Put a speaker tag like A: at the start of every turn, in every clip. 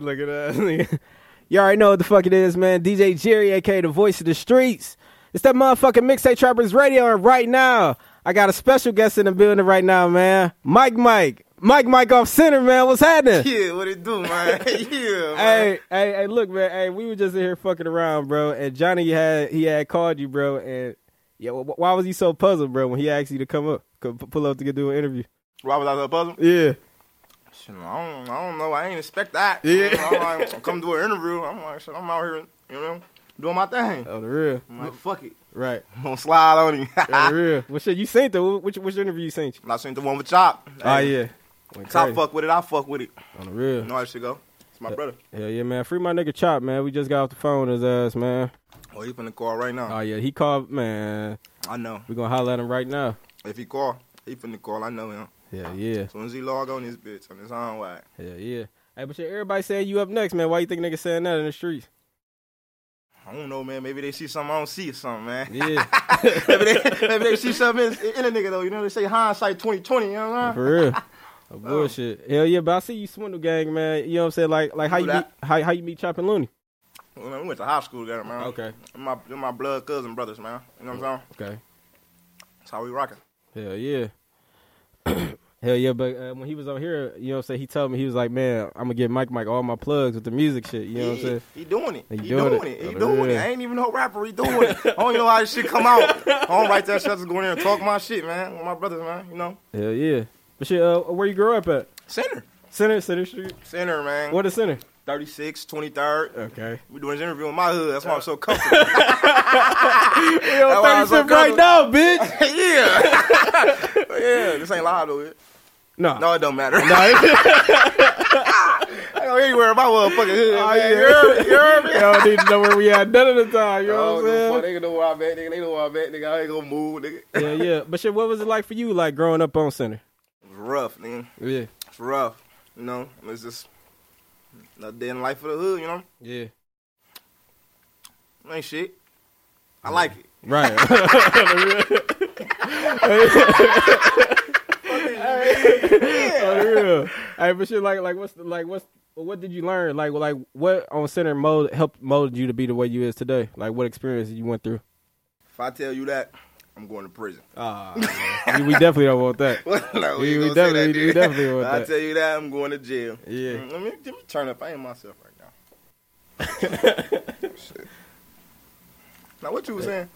A: Look at that. you already know what the fuck it is, man. DJ Jerry, aka the voice of the streets. It's that motherfucking Mixtape Trappers Radio, and right now, I got a special guest in the building right now, man. Mike Mike. Mike Mike off center, man. What's happening?
B: Yeah, what it do, man? yeah, man.
A: Hey, hey, hey, look, man. Hey, we were just in here fucking around, bro. And Johnny had he had called you, bro. And yeah, wh- why was he so puzzled, bro, when he asked you to come up, come p- pull up to get do an interview?
B: Why was I so puzzled?
A: Yeah.
B: Shit, I don't, I don't know. I ain't expect that.
A: Yeah.
B: You know, I'm like, come do an interview. I'm like, shit, I'm out here, you know, doing my thing.
A: Oh, the real.
B: I'm like, Uh, fuck it.
A: Right.
B: I'm gonna slide on him.
A: Oh, the real. Well, shit, you seen though? Which which interview you seen?
B: I seen the one with Chop.
A: Oh
B: Hey,
A: yeah. Went
B: Chop
A: crazy.
B: fuck with it. I fuck with it.
A: On the real.
B: You know how that shit go. It's my brother.
A: Hell yeah, man. Free my nigga Chop, man. We just got off the phone with his ass, man.
B: Oh, he finna call right now.
A: Oh, yeah. He called, man.
B: I know.
A: we going to holler at him right now.
B: If he call, he finna call. I know him.
A: Yeah, yeah.
B: As soon as he log on this bitch, on his own way.
A: Hell yeah. Hey, but shit, everybody saying you up next, man. Why you think niggas saying that in the streets?
B: I don't know, man. Maybe they see something I don't see or something, man.
A: Yeah.
B: maybe, they, maybe they see something in, in a nigga though. You know they say hindsight twenty twenty. You know what I'm saying?
A: For real. Oh, bullshit. Hell yeah, but I see you swindle gang, man. You know what I'm saying? Like like how you
B: Who
A: meet
B: that?
A: how, how you meet Chop and Looney.
B: Well, man, we went to high school together, man.
A: Okay.
B: They're My they're my blood cousin brothers, man. You know what I'm saying?
A: Okay.
B: That's how we rocking.
A: Hell yeah. Hell yeah, but uh, when he was on here, you know what I'm saying, he told me he was like, Man, I'm gonna get Mike Mike all my plugs with the music shit. You know what I'm saying?
B: He doing it.
A: He
B: He,
A: doing
B: doing,
A: it.
B: it.
A: Oh,
B: He doing
A: yeah.
B: it. I ain't even no rapper. He doing it. I don't even know how this shit come out. I don't write that shit. I just go in there and talk my shit, man. With my brothers, man. You know,
A: Hell yeah. But shit, uh, where you grew up at?
B: center,
A: Center, Center Street.
B: center, man.
A: What is center?
B: 36, 23rd.
A: Okay.
B: We doing this interview in my hood. That's why I'm so comfortable.
A: We on
B: why I was
A: 37
B: so
A: right now, bitch.
B: yeah, yeah. This ain't live though. it-
A: No. Oh,
B: No, it don't matter. I go anywhere in my motherfucking hood.
A: Oh,
B: man.
A: yeah.
B: You heard me? You heard me?
A: Y'all don't need to know where we at none of the time. You know
B: Oh,
A: what I'm
B: no, fuck,
A: saying?
B: They know where I'm at, nigga. They know where I'm at, nigga. I ain't gonna move, nigga. It
A: Yeah, yeah. But shit, what was it like for you, like growing up on Center?
B: was rough, nigga.
A: Yeah,
B: It's rough. You know, it's just a day in the life of the hood, you know?
A: yeah.
B: Ain't shit. I like it.
A: Right. For real. Hey, but shit, like, like, what's, the, like, what's, what did you learn? Like, like, what on Center mold helped mold you to be the way you is today? Like, what experiences you went through?
B: If I tell you that, I'm going to prison.
A: Ah, we definitely don't want that.
B: no,
A: We-
B: you
A: we
B: gonna say
A: definitely- we
B: that, nigga.
A: definitely
B: If
A: want
B: I
A: that.
B: tell you that, I'm going to jail.
A: Yeah.
B: Mm, Let me, let me turn up. I ain't myself right now. Shit. Now, what you was saying?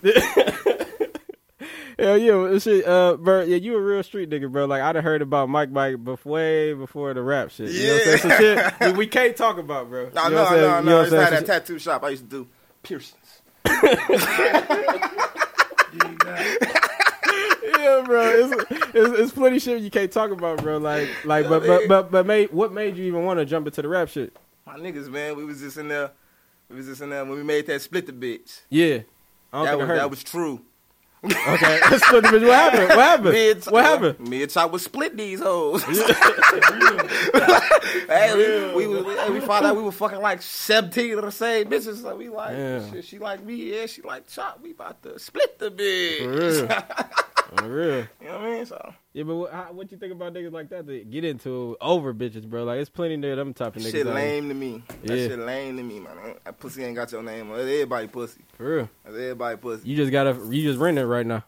A: Hell yeah, well, shit, uh, bro, yeah, you a real street nigga, bro. Like I done heard about Mike Mike before, way before the rap shit. You know what I'm saying? Some shit that we can't talk about, bro.
B: No,
A: you know
B: no,
A: what I'm saying?
B: no,
A: You know
B: no.
A: what
B: It's not
A: I'm saying?
B: that tattoo shop. I used to do piercings.
A: Yeah, bro. It's, it's, it's plenty shit you can't talk about, bro. Like, like, but but but but made, what made you even want to jump into the rap shit?
B: My niggas, man, we was just in there. We was just in there when we made that split the bitch.
A: Yeah, I don't
B: That
A: think
B: was,
A: I heard.
B: that was true.
A: okay, Let's flip the bitch. what happened? What happened?
B: Me and-
A: what happened?
B: Me and Chop uh, would split these hoes. hey, we, we, was- hey, we found out we were fucking like 17 of the same bitches. So we like,
A: Yeah.
B: shit, she like me, yeah, she like Chop. We about to split the bitch.
A: For real. For real.
B: You know what I mean? So,
A: Yeah, but what, how, what you think about niggas like that that get into over bitches, bro? Like, it's plenty of them type of niggas.
B: shit
A: out here.
B: lame to me. That
A: Yeah.
B: shit lame to me, man. That pussy ain't got your name on it. That's everybody pussy.
A: For real.
B: That's everybody pussy.
A: You just gotta, you just rent it right now.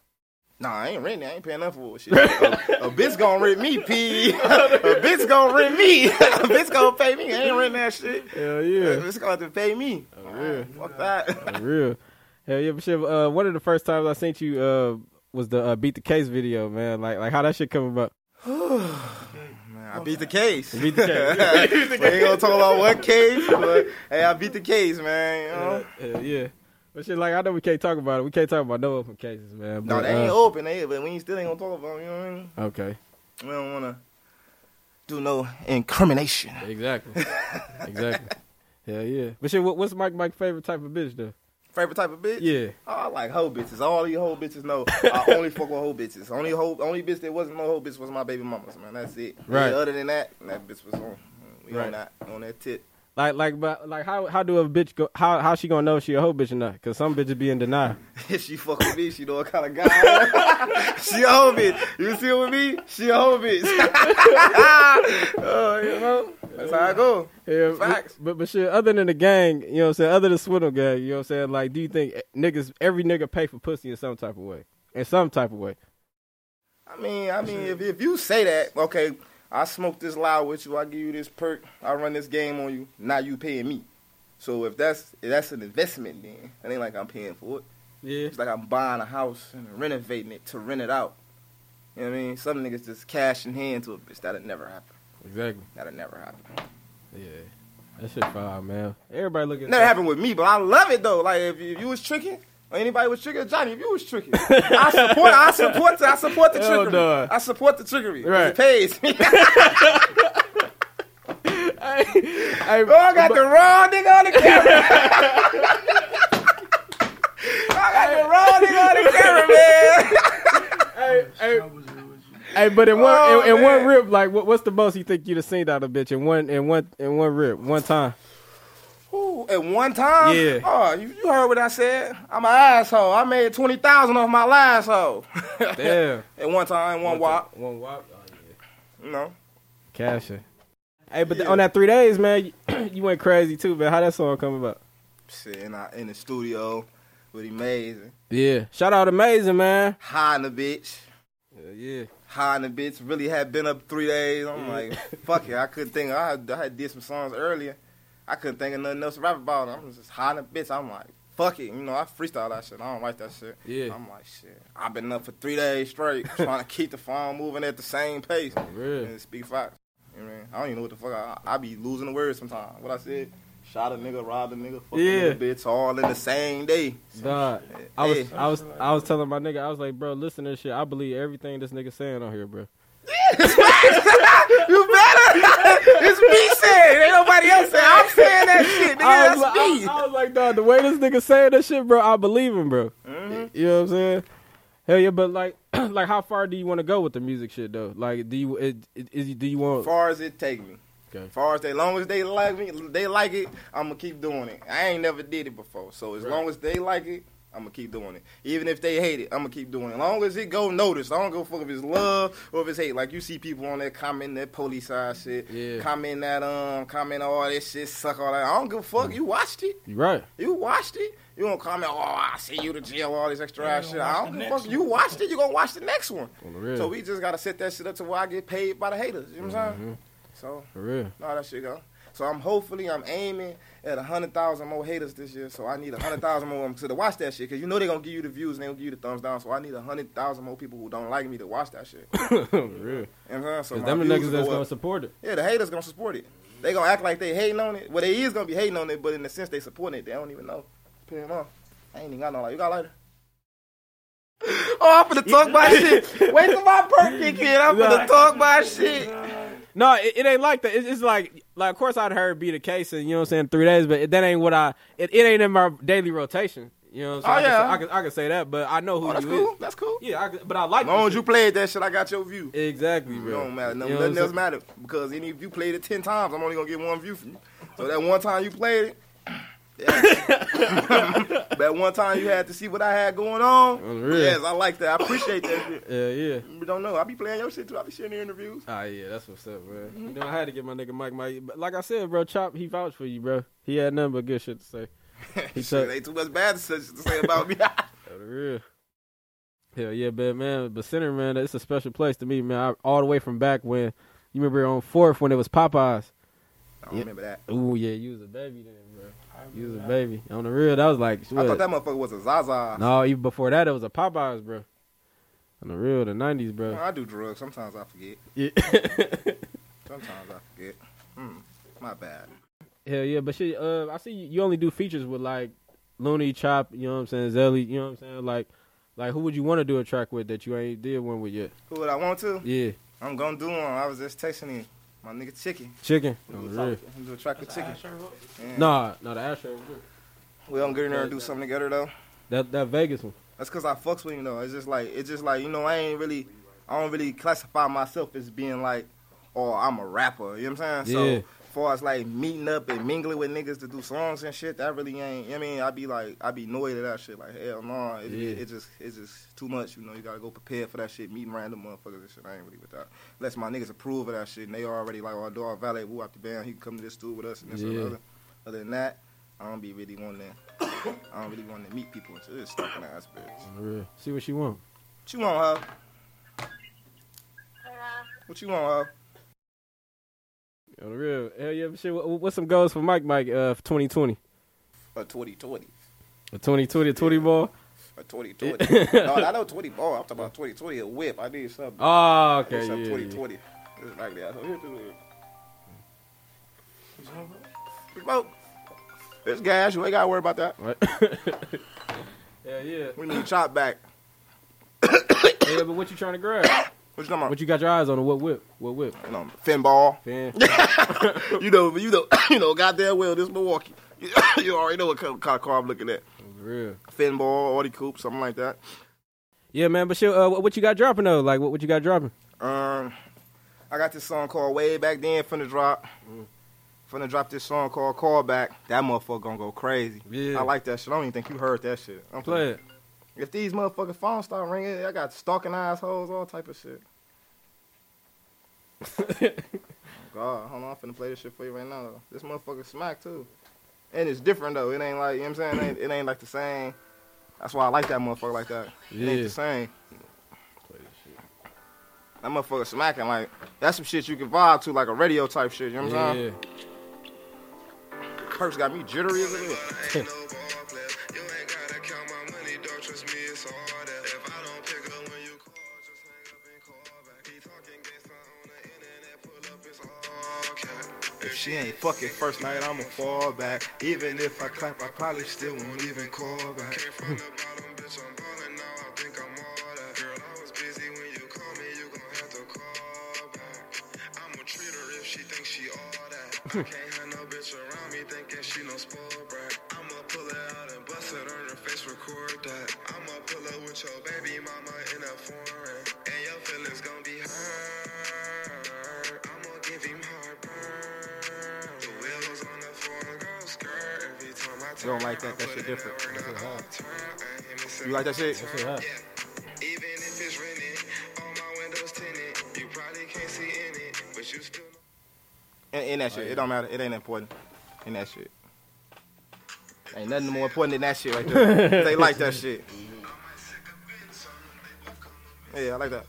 B: Nah, I ain't renting. I ain't paying up for it. Shit. a, a bitch gonna rent me, P. a bitch gonna rent me. a bitch gonna pay me. I ain't renting that shit.
A: Hell
B: A
A: yeah, Oh,
B: bitch gonna have to pay me. Fuck that.
A: For real. Hell yeah, but shit. Uh, one of the first times I seen you uh, was the uh, beat the case video, man. Like, like how that shit come about?
B: Man, I beat the case.
A: Beat the case.
B: we ain't gonna talk about what case, but hey, I beat the case, man. You know?
A: Hell yeah. But shit, like I know we can't talk about it. We can't talk about no open cases, man.
B: No,
A: but,
B: they ain't
A: uh,
B: open, they, but we ain't still ain't gonna talk about 'em, You know what I mean?
A: Okay.
B: We don't wanna do no incrimination.
A: Exactly. exactly. Hell yeah. But shit, what, what's Mike Mike's favorite type of bitch though?
B: Favorite type of bitch?
A: Yeah.
B: Oh, I like hoe bitches. All these hoe bitches know I only fuck with hoe bitches. Only hoe, only bitch that wasn't no hoe bitch was my baby mama's man. That's it.
A: Right.
B: Yeah, other than that, that bitch was on. We
A: Right.
B: on that on that tip.
A: Like, like, but like, how how do a bitch go? How how she gonna know if she a hoe bitch or not? Cause some bitches be in denial.
B: If she fuck with me, she know what kind of guy. I am. she a hoe bitch. You see it with me? She a hoe bitch. oh, you know? go. That's how I go.
A: Yeah,
B: Facts.
A: But, but shit, other than the gang, you know what I'm saying? Other than Swindle gang, you know what I'm saying? Like, do you think eh, niggas, every nigga pay for pussy in some type of way? In some type of way.
B: I mean, I mean, if, if you say that, okay, I smoke this loud with you, I give you this perk, I run this game on you, now you paying me. So if that's if that's an investment, then it ain't like I'm paying for it.
A: Yeah.
B: It's like I'm buying a house and renovating it to rent it out. You know what I mean? Some niggas just cash in hand to a bitch. That'll never happen.
A: Exactly.
B: That'll never happen.
A: Yeah. That shit fire, man. Everybody looking
B: Never happened with me, but I love it though. Like if, if you was tricking or anybody was tricking, Johnny, if you was tricking, I support, I support, the, I support the
A: Hell
B: trickery.
A: no.
B: I support the trickery.
A: Right.
B: It pays me.
A: Hey, hey,
B: Oh, I got the wrong nigga on the camera. I got the wrong nigga on the camera,
A: hey,
B: man.
A: hey, hey, but in one
B: Oh,
A: in, in one
B: man.
A: rip, like what, what's the most you think you'd have seen out of bitch in one in one in one rip, one time?
B: Ooh, at one time?
A: Yeah.
B: Oh, you, you heard what I said? I'm an asshole. I made 20000 off my last hoe.
A: Damn.
B: at one time, one wop,
A: One wop. Oh, yeah.
B: you know.
A: Cashing. Hey, but th- on that three days, man, you, you went crazy too, man. How that song come about?
B: Shit, in, I, in the studio with Amazing.
A: Yeah. Shout out Amazing, man.
B: High in the bitch.
A: yeah.
B: High in the bitch. Really had been up three days. I'm like, fuck it. I couldn't think. I, had- I had did some songs earlier. I couldn't think of nothing else to rap about. I'm just high in the bitch. I'm like, fuck it. You know, I freestyle that shit. I don't like that shit.
A: Yeah.
B: I'm like, shit. I've been up for three days straight trying to keep the phone moving at the same pace.
A: real.
B: And speak facts. You know what I mean? I don't even know what the fuck. I, I be losing the words sometimes. What I said. Shot a nigga, robbed a nigga, fucked
A: Yeah.
B: a nigga, bitch, all in the same day.
A: Dog, I was,
B: Hey.
A: I was, I was telling my nigga, I was like, bro, listen to this shit. I believe everything this nigga saying on here, bro.
B: You better. it's me saying. Ain't nobody else saying. I'm saying that shit. Nigga,
A: I,
B: that's
A: was like,
B: me.
A: I, I was like, dog, the way this nigga saying that shit, bro, I believe him, bro.
B: Mm-hmm.
A: You know what I'm saying? Hell yeah, but like, like, how far do you want to go with the music shit though? Like, do you, it, it, is, do you want?
B: far as it take me.
A: Okay.
B: Far as they, long as they like me, they like it. I'm gonna keep doing it. I ain't never did it before, so as long as they like it, I'm gonna keep doing it. Even if they hate it, I'm gonna keep doing it. As long as it go noticed, I don't go fuck if it's love or if it's hate. Like you see people on there commenting that police side shit,
A: Yeah.
B: comment that um, comment all that shit, suck all that. I don't give a
A: Mm.
B: fuck. You watched it.
A: You right?
B: You watched it. You don't comment, oh, I see you to jail, all this extra ass
C: you
B: shit.
C: gonna
B: I
C: watch
B: don't
C: the
B: give a
C: next
B: fuck. You watched it, you gonna watch the next one.
A: On the real,
B: So we just gotta set that shit up to where I get paid by the haters. You know what I'm
A: Mm-hmm.
B: saying? So
A: for real.
B: no, that shit go. So I'm hopefully I'm aiming at hundred thousand more haters this year. So I need hundred thousand more of 'em to watch that shit because you know they gonna give you the views and they gonna give you the thumbs down. So I need hundred thousand more people who don't like me to watch that shit. You
A: for real.
B: know what I'm saying?
A: Cause
B: So
A: them the
B: my views
A: niggas that's
B: go
A: gonna
B: up.
A: support it.
B: yeah, the haters gonna support it. They gonna act like they hating on it. Well, they is gonna be hating on it, but in the sense they supporting it, they don't even know. Pick 'em off. I ain't even got no light. You got a lighter? Oh, I'm finna talk my shit. Wait till my birthday, kid. I'm finna talk my shit.
A: No, it, it ain't like that. It's, it's like, like of course I'd heard be the case, and you know what I'm saying, three days, but it, that ain't what I. It, it ain't in my daily rotation. You know what I'm
B: Oh,
A: saying? I can
B: yeah.
A: say- I, can, I, can, say that, but I know who
B: Oh, that's
A: you
B: cool.
A: is.
B: That's cool.
A: Yeah, I, can- but I like.
B: As long
A: this
B: as you played that shit, I got your view.
A: shit. Exactly,
B: It
A: bro.
B: don't matter. No,
A: You know what
B: nothing
A: I'm
B: else matter because any if you played it ten times, I'm only gonna get one view from you. So that one time you played it, yeah. that one time you had to see what I had going on.
A: Unreal.
B: Yes, I like that. I appreciate that. shit.
A: saying? Yeah, yeah.
B: You don't know. I be playing your shit too. I be sharing the interviews.
A: Ah, yeah, that's what's up, bro.
B: Mm-hmm.
A: You know, I had to get my nigga Mike. Mike, but like I said, bro, Chop, he vouched for you, bro. He had nothing but good shit to say. He
B: Shit,
A: took
B: ain't too much bad to to say about me.
A: for real. Hell yeah, but man, but center man, it's a special place to me, man. I, all the way from back when you remember on fourth when it was Popeyes.
B: I don't remember that.
A: Ooh, yeah, you was a baby then, bro. You was a baby. On the real, that was like,
B: I
A: what?
B: thought that motherfucker was a Zaza.
A: no, even before that, it was a Popeyes, bro. On the real, the 90s,
B: Well,
A: bro.
B: I do drugs. Sometimes I forget.
A: Yeah.
B: Sometimes I forget. Hmm. My bad.
A: Hell yeah, but shit, uh, I see you, you only do features with like Looney, Chop, you know what I'm saying, Zelly, you know what I'm saying? Like, like who would you want to do a track with that you ain't did one with yet?
B: Who would I want to?
A: Yeah,
B: I'm gonna do one. I was just texting him. My nigga Chicken.
A: Chicken.
B: I'm
A: On the
B: gonna
A: real.
B: do a track with Chicken. Yeah.
A: Nah, nah, the Astro. was good.
B: We don't get in there and do something together though.
A: That that Vegas one.
B: That's cause I fucks with you though. It's just like it's just like you know I ain't really I don't really classify myself as being like oh I'm a rapper. You know what I'm saying?
A: Yeah.
B: So far as like meeting up and mingling with niggas to do songs and shit, that really ain't. I mean, I be like, I be annoyed at that shit. Like, hell no, it,
A: Yeah.
B: it, it just, it's just too much. You know, you gotta go prepare for that shit. Meeting random motherfuckers and shit. I ain't really with that. Unless my niggas approve of that shit and they already like, oh, dog valet, woo out the band, he can come to this dude with us and this and
A: Yeah.
B: other. Other than that, I don't be really wanting. I don't really want to meet people. It's just stalking ass bitch.
A: For real. See what she want.
B: What you want, huh? What you want, huh?
A: On the real. Hell yeah, shit. What, what's some goals for Mike Mike uh, for 2020?
B: A 2020.
A: A 2020, a 20 ball?
B: A 2020. no, I know 20 ball. I'm talking about 2020. A whip. I need something.
A: Oh,
B: I need
A: okay. Yeah,
B: something
A: yeah.
B: 2020. It's like that. So here, here, here. Remote. It's gas. You ain't got to worry about that.
A: Right. Hell yeah.
B: We need chop back.
A: Yeah, but what you trying to grab?
B: What you talking about?
A: What you got your eyes on? or What whip? What whip?
B: You know, fin ball.
A: Fan.
B: you know, you know, you know, goddamn well, this Milwaukee. you already know what kind of car I'm looking at.
A: For real.
B: Fin ball, Audi coupe, something like that.
A: Yeah, man. But shit, uh, what, what you got dropping though? Like, what, what you got dropping?
B: Um, I got this song called Way Back Then finna drop.
A: Mm-hmm.
B: Finna drop this song called Callback. That motherfucker gonna go crazy.
A: Yeah.
B: I like that shit. I don't even think you heard that shit. I'm
A: Play it.
B: If these motherfucking phones start ringing, I got stalking assholes, all type of shit. oh God, hold on, I'm finna play this shit for you right now. Though. This motherfucker smack too, and it's different though. It ain't like you know what I'm saying. It ain't, it ain't like the same. That's why I like that motherfucker like that. It ain't
A: Yeah.
B: the same.
A: Play this shit.
B: That motherfucker smacking like that's some shit you can vibe to like a radio type shit. You know what I'm saying?
A: Yeah.
B: Perks got me jittery as a bitch.
C: ain't no ball player. You ain't gotta count my money, dog. Trust me, it's all there. If I don't pick up when you call, just hang up and call back. He talking gangsta on the internet, pull up, it's all cap.
B: If she ain't fucking first night, I'ma fall back. Even if I clap, I probably still won't even call back.
C: Came from the bottom, bitch, I'm ballin' now. I think I'm all that. Girl, I was busy when you called me, you gon' have to call back. I'ma treat her if she thinks she all that. I can't have no bitch around me thinking she no spoiled brat. I'ma pull it out and bust it on her face, record that. I'ma pull up with your baby mama in a foreign. And your feelings gon' be hurt. I'ma give him heartburn. The wheels on the foreign girl skirt. Every time I
B: You don't like that? That shit different. You
C: you
B: like that shit?
A: That's what I-
C: Even if it's raining, all my windows tinted. You probably can't see in it, but you still.
B: In, in that shit, it don't matter. It ain't important. In that shit, ain't nothing more important than that shit right there. they like that shit. Yeah, I like that.
C: Ballin',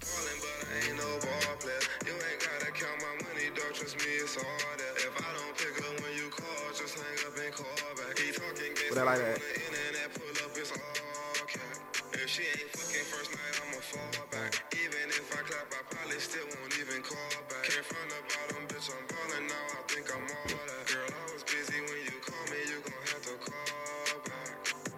C: but I ain't no ball player. You ain't gotta count my money, dog. Trust me, it's all there. If I don't pick up when you call, just hang up and call back. He talking gangsta
B: But I like
C: on
B: that.
C: the internet, pull up, it's all cap. If she ain't fucking first night, I'ma fall back. Even if I clap, I probably still won't even call back. Came from the bottom, bitch, I'm ballin' now. I think I'm all that. Girl, I was busy when you called me, you gon' have to call back.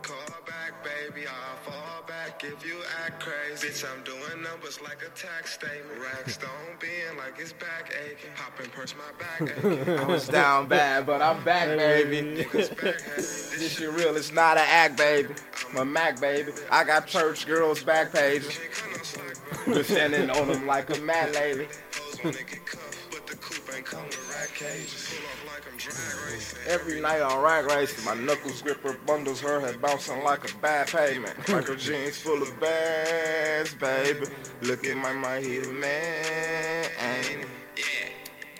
C: Call back, baby, I'll fall back if you act crazy. Bitch, I'm doing numbers like a tax statement. Racks don't bend like it's back aching. Poppin' purse my back aching.
B: I was down bad, but I'm back, baby.
C: back aching.
B: This shit real. It's not an act, baby. My Mac, baby. I got church girls back pages.
C: Ain't cut no slack, but
B: Descending on them like a mat lady.
C: Hoes wanna get cuffed, but the coupe ain't come with rat cages. Pull off like I'm drag racing.
B: Every night on rag race, my knuckles grip her bundles, her head bouncing like a bad pavement. Like her jeans full of bands, baby. Look at my mind, he's a man. ain't he?
C: Yeah.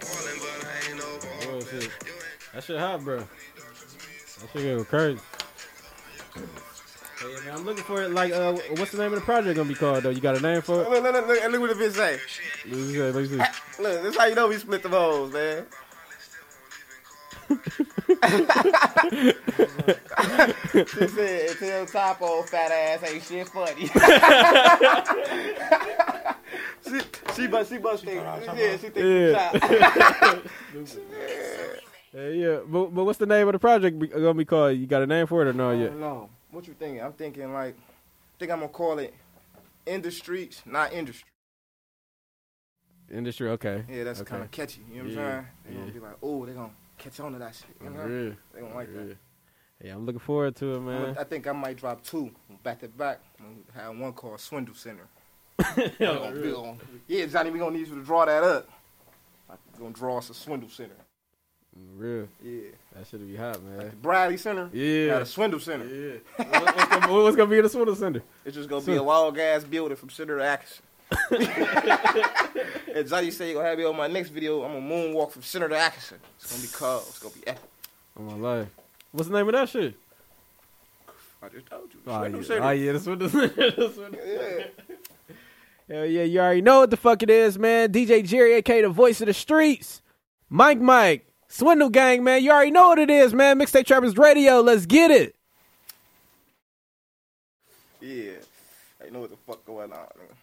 C: Ballin', but I ain't no ball.
A: Real shit.
C: You ain't
A: That shit hot, bro. That shit gonna go crazy. Hey, man, I'm looking for it. Like, uh, what's the name of the project gonna be called though? You got a name for it?
B: Look, look, look, look, and look what the bitch say.
A: Let me see, let me see.
B: Look, this how you know we split the hoes, man. she said, until top old fat ass ain't shit funny. she, she, but she must think, yeah, she think you
A: Yeah.
B: top.
A: Hey, yeah, but but what's the name of the project be, uh, gonna be called? You got a name for it or no?
B: I
A: Yeah.
B: don't know. What you thinking? I'm thinking like, I think I'm gonna call it in the streets, not industry.
A: Industry. Okay.
B: Yeah, that's
A: Okay.
B: kind of catchy. You know what
A: Yeah,
B: I'm saying? They're
A: yeah.
B: gonna be like, oh, they're gonna catch on to that shit. You know what I'm saying?
A: Real,
B: They gonna like that.
A: real. Hey, I'm looking forward to it,
B: I'm
A: man.
B: gonna- I think I might drop two back to back. I'm gonna Have one called Swindle Center. I'm gonna build on- Yeah, Johnny, we gonna need you to draw that up. I'm gonna draw us a Swindle Center.
A: Real.
B: Yeah.
A: That should be hot, man.
B: Bradley Center.
A: Yeah.
B: Got a Swindle Center.
A: Yeah. What- what's, gonna, what's gonna be in the Swindle Center?
B: It's just gonna be a log ass building from Center to Action. and Johnny said, gonna have me on my next video. I'm gonna moonwalk from Center to Action. It's gonna be cold. It's gonna be epic.
A: On Oh, my life. What's the name of that shit?
B: I just told you.
A: Oh, yeah.
B: Swindle
A: Oh,
B: Center.
A: yeah, the Swindle Center. The Swindle
B: Yeah.
A: Hell yeah, you already know what the fuck it is, man. DJ Jerry, aka the voice of the streets. Mike Mike, Swindle Gang, man. You already know what it is, man. Mixtape Trappers Radio, let's get it.
B: Yeah. I know what the fuck going on. nigga.